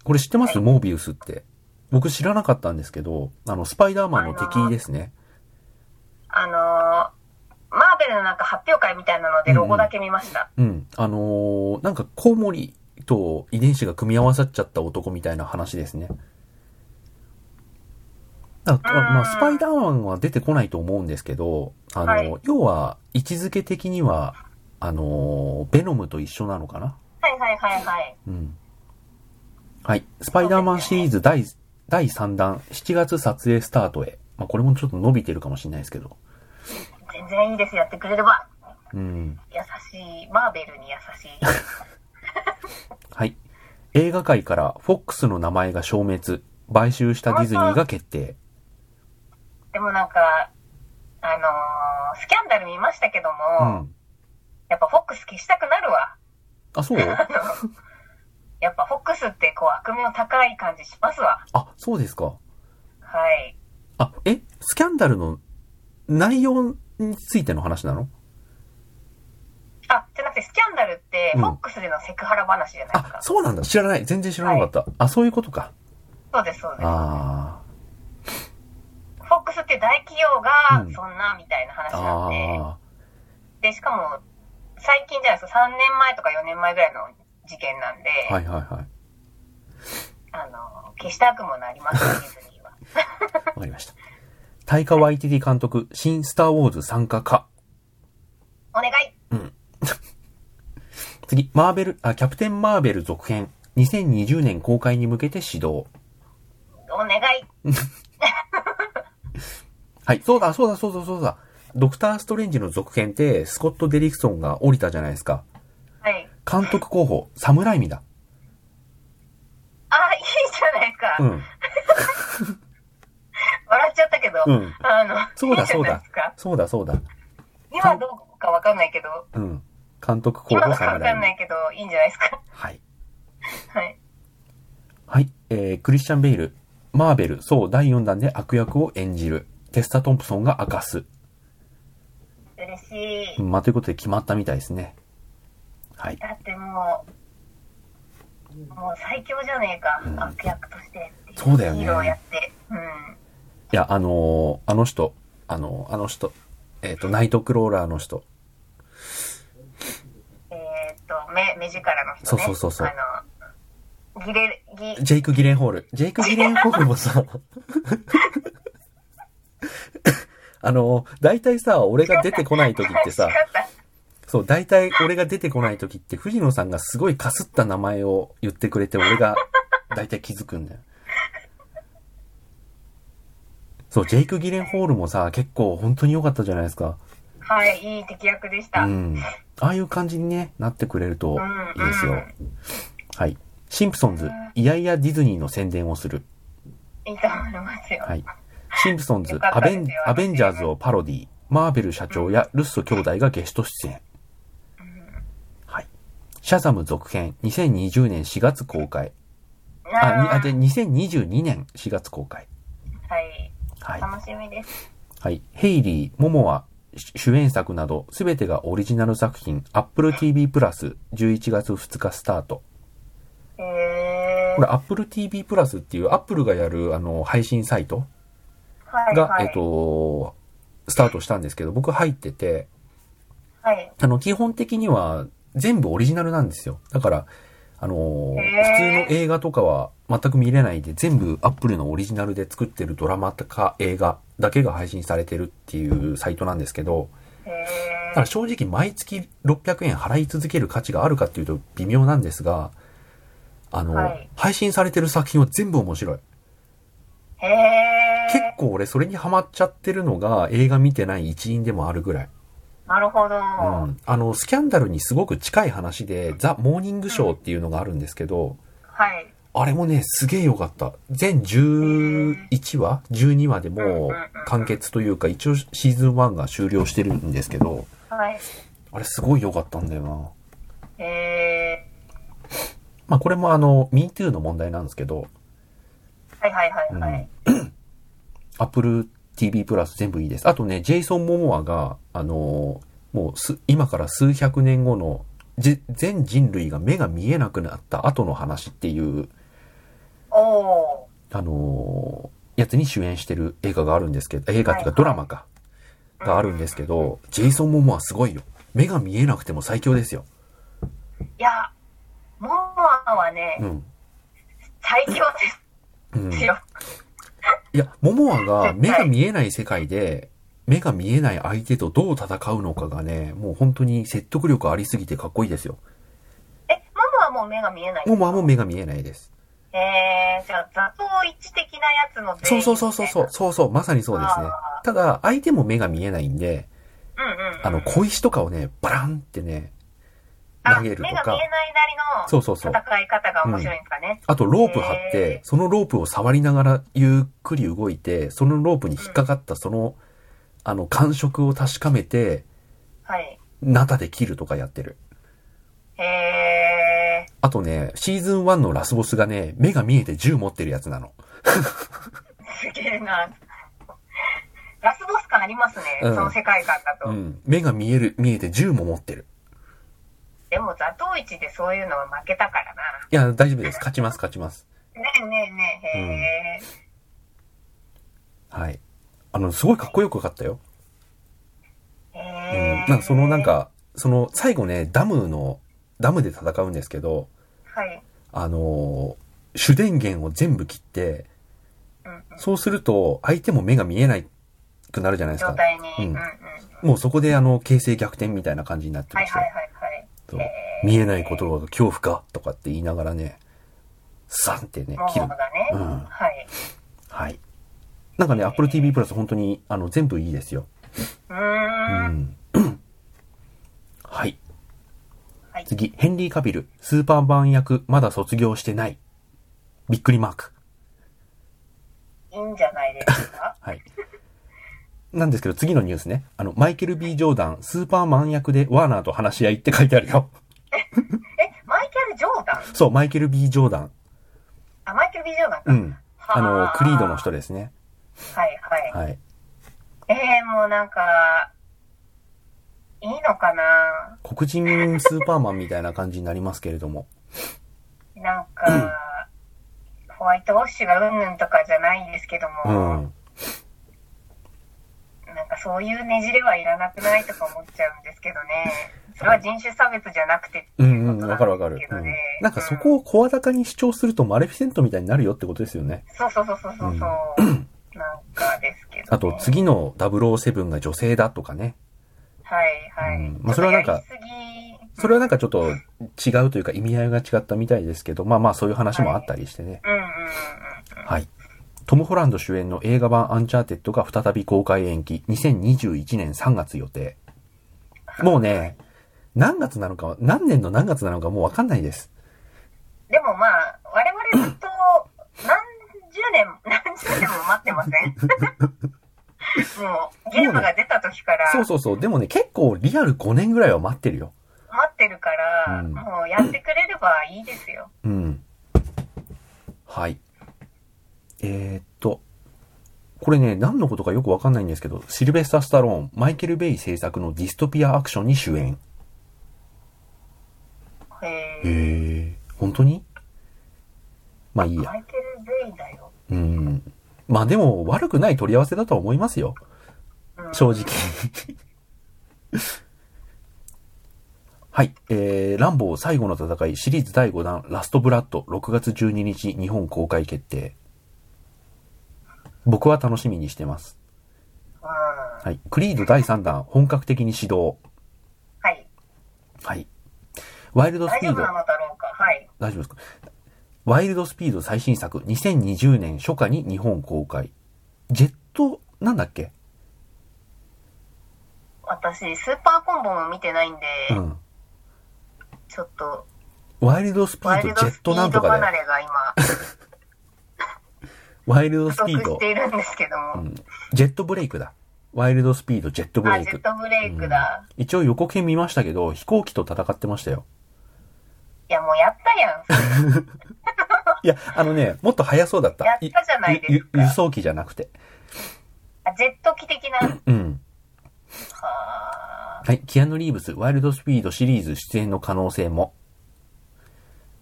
S1: これ知ってますモービウスって。僕知らなかったんですけど、あの、スパイダーマンの敵ですね。
S2: あのー、マーベルのなんか発表会みたいなのでロゴだけ見ました。
S1: うん。あのー、なんかコウモリと遺伝子が組み合わさっちゃった男みたいな話ですね。だからまあ、スパイダーマンは出てこないと思うんですけど、あの、
S2: はい
S1: 要は、位置づけ的には、あのーベノムと一緒なのかな
S2: はいはいはいはい。
S1: うん。はい。スパイダーマンシリーズ第,、第3弾、7月撮影スタートへ。まあ、これもちょっと伸びてるかもしれないですけど。
S2: 全然いいです、やってくれれば。
S1: うん。
S2: 優しい。マーベルに優しい。
S1: はい。映画界から FOX の名前が消滅、買収したディズニーが決定。
S2: でもなんか、あのー、スキャンダル見ましたけど
S1: う
S2: も、
S1: ん。
S2: やっぱフォックス消したくなるわ。
S1: あ、そう
S2: やっぱフォックスってこう悪名高い感じしますわ。
S1: あ、そうですか。
S2: はい。
S1: あ、え、スキャンダルの内容についての話なの
S2: あ、じゃなくてスキャンダルって、
S1: うん
S2: フォックスでのセクハラ話じゃないです
S1: あ
S2: か、。
S1: そうなんだ。知らない。全然知らなかった。あ、そういうことか。
S2: そうです、そうです。
S1: あ
S2: フォックスって大企業が
S1: うん、
S2: そんな、みたいな話
S1: あ。
S2: なんで、
S1: ああ。
S2: で、しかも、最近じゃないですか、3年前とか4年前ぐらいの事件なんで、
S1: はいはいはい。
S2: あの、消したくもなりますね、ディズニーは。
S1: わか りました。タイカ・ワイティティ監督、新スター・ウォーズ参加か。
S2: お願い
S1: 次、マーベル、あ、キャプテン・マーベル続編。2020年公開に向けて始動。
S2: お願い
S1: はい、そうだ、そうだ、そうだ、そうだ。ドクター・ストレンジの続編って、スコット・デリクソンが降りたじゃないですか。
S2: はい。
S1: 監督候補、サムライミだ。
S2: あ、いいじゃないか。
S1: うん。
S2: 笑っちゃったけど、
S1: うん
S2: あの、
S1: そう
S2: い
S1: だ、
S2: いじゃ
S1: そう
S2: ない
S1: だ
S2: ですか。。
S1: そうだ、そうだ。
S2: 今どうかわかんないけど、
S1: うん。監督候
S2: 今
S1: 補、
S2: の
S1: サ
S2: か
S1: ムラ
S2: わか
S1: イ
S2: んな
S1: ミ。
S2: いけど、いいんじゃないですか。
S1: はい。
S2: はい。
S1: はい。えー、クリスチャン・ベイル、マーベル、そう、第4弾で悪役を演じる。テスタ・トンプソンが明かす。
S2: 嬉し
S1: う
S2: い。
S1: んまあ、ということで決まったみたいですね。はい。
S2: だってもう、もう最強じゃねえか。
S1: ん
S2: 悪役としてってい
S1: そうだよね
S2: ヒーローやって。うん。
S1: いや、あのーあの人、あのーあの人、えっ、と、ナイトクローラーの人。
S2: えーっと、目、目力の人ね。
S1: そうそうそうそう
S2: あの、ギレ、ギ、
S1: ジェイク・ギレンホール。ジェイク・ギレンホールもさ、 あの、大体さ、俺が出てこない時ってさ
S2: 違、った
S1: そう、大体俺が出てこない時って、藤野さんがすごいかすった名前を言ってくれて、俺が大体気づくんだよ。そう、ジェイク・ギレンホールもさ、結構本当に良かったじゃないですか。
S2: はい、いい敵役でした。
S1: う
S2: うん。
S1: ん。ああいう感じにね、なってくれるといいです
S2: う
S1: よ
S2: ん。
S1: はい。シンプソンズ、いやいやディズニーの宣伝をする。
S2: いいと思いますよ。
S1: はい。シンプソンズ
S2: よ、か
S1: ア
S2: ったで
S1: ベ
S2: すよ
S1: ンアベンジャーズをパロディ、マーベル社長やルッソ兄弟がゲスト出演。はい。シャザム続編、2020年4月公開。あ、にあで、2022年4月公開。
S2: はい。
S1: はい。
S2: 楽しみです。
S1: はい。ヘイリー、モモア、し主演作など、すべてがオリジナル作品、Apple TV プラス、11月2日スタート。
S2: へえ
S1: これ Apple TV プラスっていう Apple がやる、あの、配信サイト
S2: はい、
S1: が、
S2: はい。
S1: えっと、スタートしたんですけど、僕入ってて、
S2: はい。
S1: あの、基本的には全部オリジナルなんですよ。だから、あのー
S2: へー
S1: 普通の映画とかは全く見れないで、全部 Apple のオリジナルで作ってるドラマとか映画だけが配信されてるっていうサイトなんですけど、
S2: へ
S1: だか
S2: え
S1: ら正直毎月600円払い続ける価値があるかっていうと微妙なんですが、あの、
S2: はい
S1: 配信されてる作品は全部面白い。
S2: へえ
S1: 結構俺それにハマっちゃってるのが映画見てない一因でもあるぐらい。
S2: なるほど。
S1: うん、あの、スキャンダルにすごく近い話で、ザ・モーニングショーっていうのがあるんですけど、
S2: はい。
S1: あれもね、すげえ良かった。全11話 ?12 話でもう完結というか、一応シーズン1が終了してるんですけど、
S2: はい。
S1: あれすごい良かったんだよな。
S2: へえ
S1: まあこれもあの、MeToo の問題なんですけど、
S2: はいはいはいうはい。
S1: ん、Apple TV プラス全部いいです。あとね、ジェイソン・モモアが、あのーもうす、今から数百年後の、じ全人類が目が見えなくなった後の話っていう、
S2: おお
S1: あのーやつに主演してる映画があるんですけど、映画っていうか
S2: はい
S1: ドラマか、があるんですけど、ジェイソン・モモアすごいよ。目が見えなくても最強ですよ。
S2: ー。いや、モモアはね、
S1: うん。
S2: 最強
S1: うん。
S2: です
S1: い
S2: よ。
S1: や、モモアが目が見えない世界で、目が見えない相手とどう戦うのかがね、もう本当に説得力ありすぎてかっこいいですよ。
S2: え、モモアもう目が見えない
S1: もうまあもう目が見えないです。
S2: えー、じゃあ、座頭一的なやつの全
S1: そう
S2: 員
S1: そうそうそうそう、そうそう、まさにそうですね
S2: あ。
S1: ただ、相手も目が見えないんで、
S2: うんうんうん。
S1: あの、小石とかをね、バランってね、
S2: あ
S1: 投げると
S2: 目が見え
S1: か、
S2: ないなり
S1: そ
S2: の
S1: うそうそう。
S2: 戦い方が面白いんですかね。
S1: あと、ロープ張っ
S2: へ
S1: て、そのロープを触りながらゆっくり動いて、そのロープに引っかかったその、あの、感触を確かめて、
S2: はい。
S1: ナタで切るとかやってる。
S2: へー。
S1: あとね、シーズン1のラスボスがね、目が見えて銃持ってるやつなの。
S2: すげえな。ラスボス感ありますね、
S1: うん
S2: その世界観だと。
S1: うん。目が見える、見えて銃も持ってる。
S2: でも、座頭市でそういうのは負けたからない
S1: や、大丈夫です。勝ちます、勝ちます。。
S2: ねえねえねえ、へー。
S1: はい。あの、すごいかっこよくかったよ。うん。
S2: へ
S1: な
S2: ー
S1: んかそのなん、か、その最後ね、ダムの、ダムで戦うんですけど、
S2: はい。
S1: あのー主電源を全部切って、
S2: うんうん
S1: そうすると相手も目が見えないくなるじゃないです
S2: 状
S1: か。
S2: 態に。
S1: う
S2: うんんうん。はい
S1: もうそこであの、形勢逆転みたいな感じになって
S2: は
S1: ま
S2: い
S1: す
S2: は
S1: よ
S2: い。はい。
S1: そう見えない言葉が恐怖かとかって言いながらね、サンってね、
S2: モ
S1: 切る
S2: モ。がね、
S1: うん
S2: はい。
S1: はい。なんかね、Apple TV プラス本当にあの、全部いいですよ。
S2: うーん。
S1: はい。
S2: はい
S1: 次、ヘンリー・カビル、スーパーマン役、まだ卒業してない。びっくりマーク。
S2: いいんじゃないで すか
S1: はい。なんですけど、次のニュースね。あの、マイケル・ B ・ジョーダン、スーパーマン役でワーナーと話し合いって書いてあるよ。
S2: え、マイケル・ジョーダン
S1: そう、マイケル・ B ・ジョーダン。
S2: あ、マイケル・ビジョーダンか。
S1: うん。あの
S2: は、あ
S1: クリードの人ですね。
S2: はいはい。
S1: はい。
S2: えー、もうなんか、いいのかな
S1: 黒人スーパーマンみたいな感じになりますけれども。
S2: なんか、ホワイトウォッシュがうんぬんとかじゃないんですけど
S1: う
S2: も、
S1: ん。
S2: なんかそういうねじれはいらなくないとか思っちゃうんですけどね。それは人種差別じゃなくてって
S1: う
S2: い
S1: んう、
S2: うんこと
S1: わかるわ
S2: な
S1: か
S2: ん
S1: る
S2: ですけ。
S1: うん
S2: どね。。
S1: なんかそこを声高に主張するとマレフィセントみたいになるよってことですよね。
S2: そうそうそうそうそう。
S1: うん
S2: なんかですけど、ね。
S1: あと、次の007が女性だとかね。
S2: はいはい。
S1: うんまあそれはなんか
S2: ちょっとやりすぎ。
S1: それはなんかちょっと違うというか意味合いが違ったみたいですけど、まあまあそういう話もあったりしてね。
S2: うんうんうん
S1: はい。トム・ホランド主演の映画版アンチャーテッドが再び公開延期。2021年3月予定。
S2: うん。
S1: もうね、何月なのか、何年の何月なのかもうわかんないです。
S2: でもまあ、我々ずっと何十年、何十年も 待ってません もう、ゲームが出た時から
S1: そう
S2: 待
S1: そうそう。でもね、結構リアル5年ぐらいは待ってるよ。
S2: ってるから、
S1: うん
S2: もうやってくれればいいですよ。
S1: うん。はい。えーっと、これね、何のことかよくわかんないんですけど、シルベスター・スタローン、マイケル・ベイ制作のディストピアアクションに主演。
S2: へえ。
S1: へー本当にまあいいや。
S2: マイケル・ベイだよ。
S1: うん。まあでも悪くない取り合わせだとは思いますよ。
S2: うん
S1: 正直。 はい。えー、ランボー最後の戦いシリーズ第5弾ラストブラッド6月12日日本公開決定。僕は楽しみにしてます。
S2: うん。は
S1: はい。クリード第3弾本格的に始動。
S2: い。
S1: はい。ワイルドス
S2: 大
S1: ピー
S2: 丈夫
S1: ド
S2: な。のだろうか。はい。
S1: 大丈夫ですかワイルドスピード最新作、2020年初夏に日本公開。ジェット、なんだっけ
S2: 私、スーパーコンボも見てないんで、
S1: うん。
S2: ちょっと、
S1: ワイルドスピ
S2: ワ
S1: ー
S2: イル
S1: ド、
S2: ド
S1: ジェ
S2: ス
S1: ッ
S2: ピ
S1: トな
S2: ー
S1: ん
S2: ド
S1: とか
S2: 離
S1: で。
S2: れが今、
S1: ワイルド
S2: 不
S1: スピ
S2: 足
S1: ード
S2: し、ているんですけども。
S1: うんジェットブレイクだ。ワイルドスピード、ジェットブレ
S2: あ、
S1: イ
S2: ジェッ
S1: ク。
S2: トブレイクだ。
S1: 一応予告編見ましたけど、飛行機と戦ってましたよ。
S2: いや、もうやったやん。
S1: いや、あのね、もっと早そうだった。
S2: やったじゃないですか
S1: ゆゆ輸送機じゃなくて。
S2: あジェット機的な。
S1: うん。
S2: は
S1: はい。キアヌ・リーブス、ワイルドスピードシリーズ出演の可能性も。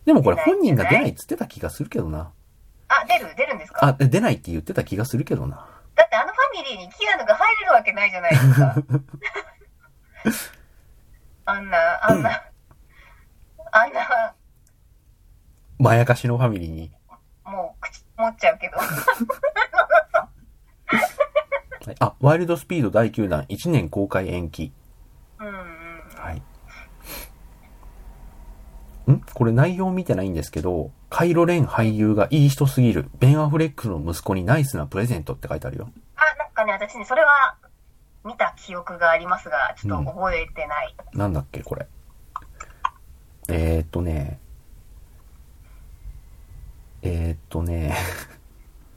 S1: でもこれ本人が出ないっつってた気がするけどな。
S2: あ、出る出るんですか
S1: あ、で出ないって言ってた気がするけどな。
S2: だってあのファミリーにキアヌが入れるわけないじゃないですか。 あんな、あんな、あんな、
S1: まやかしのファミリーに。
S2: もう口持っちゃうけど。
S1: はいあ、ワイルドスピード第9弾、1年公開延期。
S2: うんうん。
S1: はい。んこれ内容見てないんですけど、カイロレン俳優がいい人すぎる、ベン・アフレックの息子にナイスなプレゼントって書いてあるよ。
S2: あ、なんかね、私ね、それは見た記憶がありますが、ちょっと覚えてない。
S1: なんだっけ、これ。えー、っとね。えー、っとね。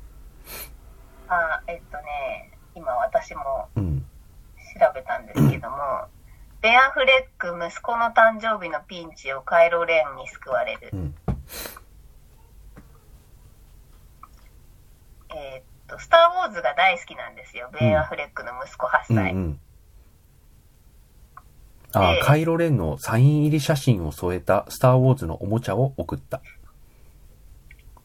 S2: あ、えっとね、今私も
S1: うん。
S2: 調べたんですけども、ベアフレック息子の誕生日のピンチをカイロレンに救われる
S1: う。ん。
S2: えーっと、スター・ウォーズが大好きなんですよ。ベン・アフレックの息子
S1: う
S2: 8
S1: んう
S2: 歳。
S1: ん。あ
S2: ええ
S1: ー、カイロレンのサイン入り写真を添えたスター・ウォーズのおもちゃを送った。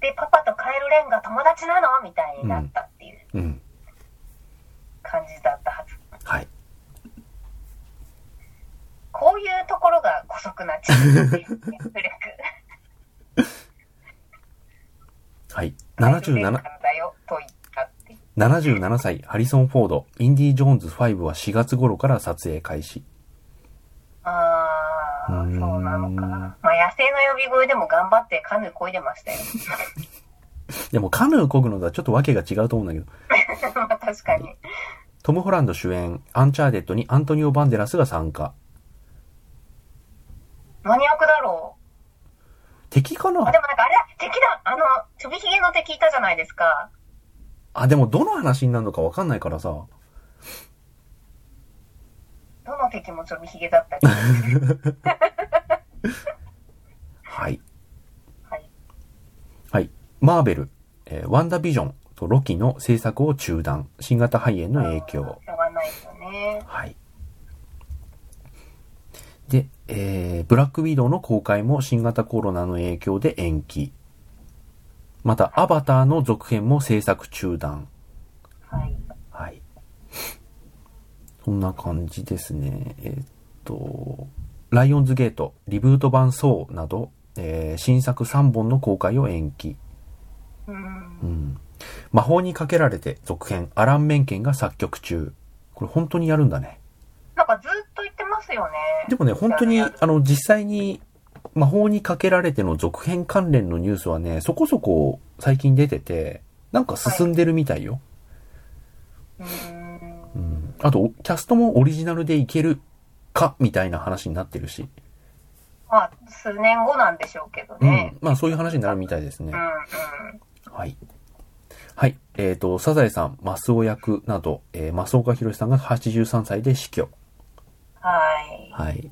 S2: で、パパとカイロレンが友達なのみたいになったっていう
S1: うん。
S2: 感じだったはず。
S1: はい。
S2: こういうところが古速なチームです ねベンアフレック。
S1: はい。
S2: カイロレン
S1: 77
S2: か、らだよ、と言ったっていう。
S1: 77歳、ハリソン・フォード、インディ・ジョーンズ5は4月頃から撮影開始。
S2: あ
S1: うーん
S2: ー、そうなのか。まあ、野生の呼び声でも頑張ってカヌーこいでましたよ。
S1: でも、カヌー漕ぐのとはちょっと訳が違うと思うんだけど、
S2: まあ確かに。
S1: トム・ホランド主演、アンチャーデッドにアントニオ・バンデラスが参加。
S2: マニアックだろう。
S1: 敵か
S2: あ、
S1: な
S2: でもなんかあれだ敵だあの、ちょびひげの敵いたじゃないですか。
S1: あ、でも、どの話になるのかわかんないからさ。
S2: どの敵もちょびひげだった り。
S1: はい。
S2: はい。
S1: はい。マーベル、えーワンダ・ビジョンとロキの制作を中断。新型肺炎の影響。
S2: しょうがないですよね。
S1: はい。で、えー、ブラックウィドウの公開も新型コロナの影響で延期。また、アバターの続編も制作中断。
S2: はい。
S1: はい。そんな感じですね。えーっと、ライオンズゲート、リブート版ソーなど、えー新作3本の公開を延期。
S2: うん。
S1: うん。魔法にかけられて続編、アラン・メンケンが作曲中。これ本当にやるんだね。
S2: なんかずっと言ってますよね。
S1: でもね、本当に、あの、実際に魔法にかけられての続編関連のニュースはね、そこそこ最近出てて、なんか進んでるみたいよ。
S2: うーん。
S1: うん。あと、キャストもオリジナルでいけるか、みたいな話になってるし。
S2: まあ、数年後なんでしょうけど
S1: うん
S2: ね。。
S1: まあ、そういう話になるみたいですね
S2: うん、う。ん。
S1: はい。はい。えっ、と、サザエさん、マスオ役など、えー、マスオカヒロシさんが83歳で死去。
S2: はい。
S1: はい。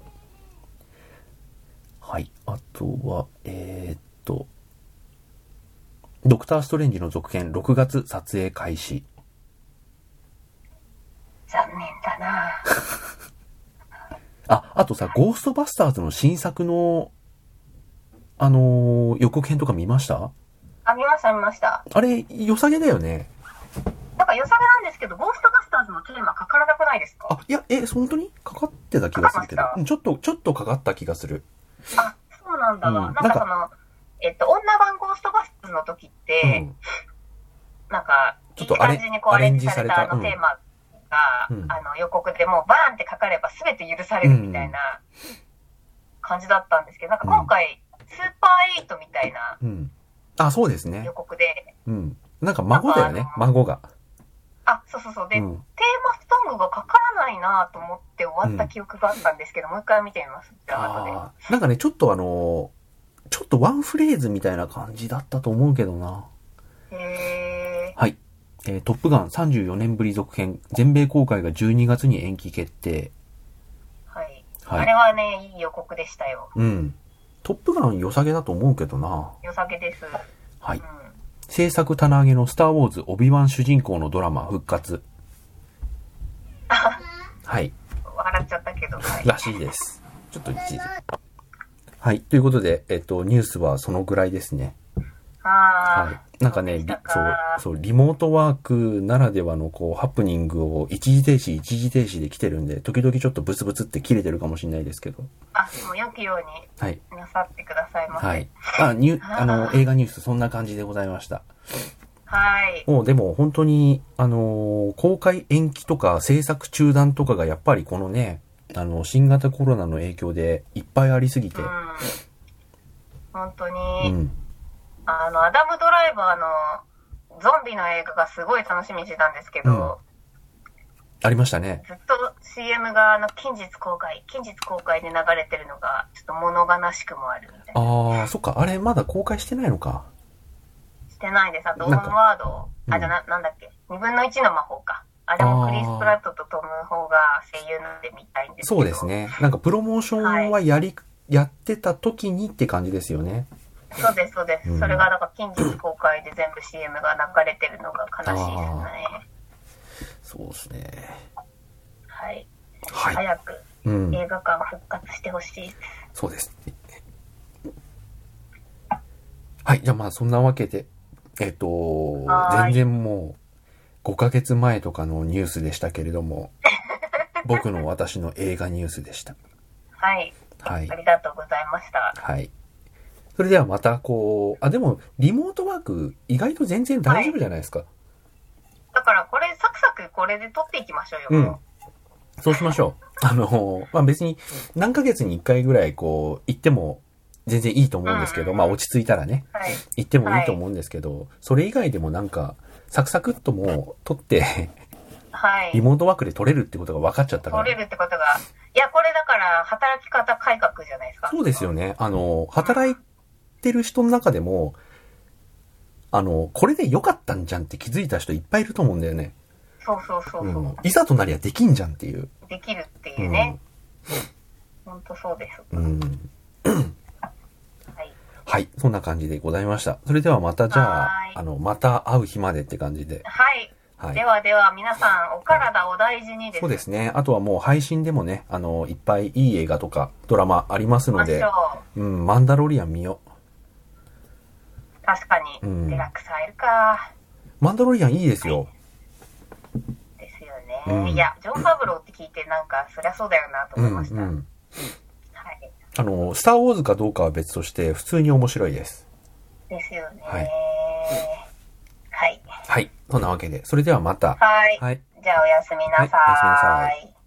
S1: はい。あとは、えーっと、ドクター・ストレンジの続編、6月撮影開始。
S2: 残念だな。
S1: あ、あとさ、ゴーストバスターズの新作の、あのー予告編とか見ました
S2: あ、見ました、見ました。
S1: あれ、良さげだよね。
S2: なんか良さげなんですけど、ゴーストバスターズのテーマかからなくないですか
S1: あ、いや、え、本当にかかってた気がするけど
S2: かかっ。た
S1: うんちょっと、ちょっとかかった気がする。
S2: あ、そうなんだな。
S1: うん
S2: なんかその、えっと、女版ゴーストバスターズの時っ
S1: う
S2: て、
S1: ん。
S2: なんか、
S1: ちょ
S2: い
S1: っ
S2: い
S1: とアレ
S2: 感じにこうアレンジされた
S1: ア
S2: あ
S1: レン
S2: の
S1: ジされ
S2: テ
S1: た
S2: ーマが、
S1: うん
S2: あの予告でもうバーンって書かれば全て許されるみたいな感じだったんですけど、なんか今回、スーパーエイトみたいな
S1: うん。あ、そうですね
S2: 予。告で、
S1: うん。なんか孫だよね、孫が。
S2: あ、そうそうそう、で、
S1: う
S2: テー
S1: ん。
S2: マソングがかからないなと思って終わった記憶があったんですけど、もう一回見てみます。じゃあ後で。
S1: あーなんかね、ちょっとあのーちょっとワンフレーズみたいな感じだったと思うけどな。
S2: へ
S1: はい。えートップガン34年ぶり続編、全米公開が12月に延期決定。
S2: ーはい。あ
S1: は
S2: れ
S1: い。
S2: はね、いい予告でしたよ。
S1: うん。トップガン良さげだと思うけどな。
S2: 良さげです。
S1: は
S2: う
S1: い
S2: ん。。
S1: 制作棚上げのスターウォーズオビワン主人公のドラマ復活。はい。
S2: 笑っちゃったけど、はい。
S1: らしいです。ちょっと一時。はい。ということで、えっと、ニュースはそのぐらいですね。
S2: あー
S1: はい、なんかね
S2: そう
S1: リ
S2: でした
S1: そう
S2: か
S1: そうリモートワークならではのこうハプニングを一時停止一時停止で来てるんで時々ちょっとブツブツって切れてるかもしれないですけど
S2: あ、もう良きよう
S1: はい
S2: になさってくださいませ。
S1: はいあニュ
S2: あー
S1: あの映画ニュースそんな感じでございました
S2: はい。
S1: もうでも本当にあのー公開延期とか制作中断とかがやっぱりこのねあの新型コロナの影響でいっぱいありすぎて
S2: うん。本当
S1: う
S2: に、
S1: ん
S2: あの、アダム・ドライバーのゾンビの映画がすごい楽しみにしてたんですけど、
S1: ありましたね
S2: ずっと CM があの、近日公開、近日公開で流れてるのが、ちょっと物悲しくもあるみたいな。
S1: ああそっかあれまだ公開してないのか
S2: してないです。あと、オ
S1: な
S2: ー
S1: んか
S2: ンワード、
S1: うん
S2: あ、じゃな、なんだっけ、二分の一の魔法か。あれもクリス・プラットとトム・ホーが声優なんで見たいんですけど。
S1: そうです。ね。なんかプロモーションはやり、やってた時にって感じですよね。
S2: そうです、そうです。
S1: うん
S2: それが、なんか近日公開で全部 CM が流れてるのが悲しいですね。
S1: そうですね。
S2: はい。
S1: はい。
S2: 早く
S1: うん。
S2: 映画館復活してほしい。
S1: そうです。はい。じゃあまあそんなわけで、えっ、と、
S2: はー
S1: 全
S2: い
S1: 然もう5ヶ月前とかのニュースでしたけれど も、僕の私の映画ニュースでした。
S2: はい。
S1: はい
S2: あ。りがとうございました。
S1: はい。それではまたこう、あ、でもリモートワーク意外と全然大丈夫じゃないですか。
S2: だから、これ、サクサクこれで撮っていきましょうよ。
S1: うん
S2: も
S1: そうしましょう。あの、まあ、別に何ヶ月に1回ぐらいこう行っても全然いいと思うんですけど、
S2: うん
S1: まあ落ち着いたらね、
S2: うはい。
S1: 行ってもいいと思うんですけど、それ以外でもなんかサクサクっともう撮っ て、
S2: は
S1: リ
S2: い。
S1: モートワークで撮れるってことが分かっちゃったか
S2: 撮れ
S1: ら。
S2: るってことが。いや、これだから、働き方改革じゃないですか。
S1: そうですよね。あの、働いてる人の中でも、あの、これで良かったんじゃんって気づいた人いっぱいいると思うんだよね。
S2: そうそうそううそう、
S1: ん。いざとなりゃできんじゃんっていう。
S2: できるって
S1: う
S2: いうんね。。ほんとそうです。
S1: うん。
S2: はい。
S1: はい。そんな感じでございました。それではまた、じゃあ
S2: は、ーい
S1: あの、また会う日までって感じで。
S2: はい。
S1: は
S2: で
S1: い。
S2: はでは、皆さん、お体お大事にです。
S1: そうですね。あとはもう配信でもね、あの、いっぱいいい映画とかドラマありますの
S2: まし
S1: で
S2: ょ、う。
S1: うん、マンダロリアン見よ
S2: 確かに、
S1: うん
S2: デラックス入るか。
S1: う。マンダロリアンいいですよ。
S2: ですよ
S1: うん
S2: ね。いや、ジョン・ファブローって聞いて、なんか、そりゃそうだよなと
S1: うん、う
S2: 思いました。
S1: ん。
S2: はい。
S1: あの、スターウォーズかどうかは別として、普通に面白いです。
S2: ですよね。
S1: はい
S2: はい
S1: はい。
S2: となわけで、それではまた。
S1: はい。
S2: はい。
S1: じゃあおやすみなさ
S2: はいおやすみなさ
S1: い。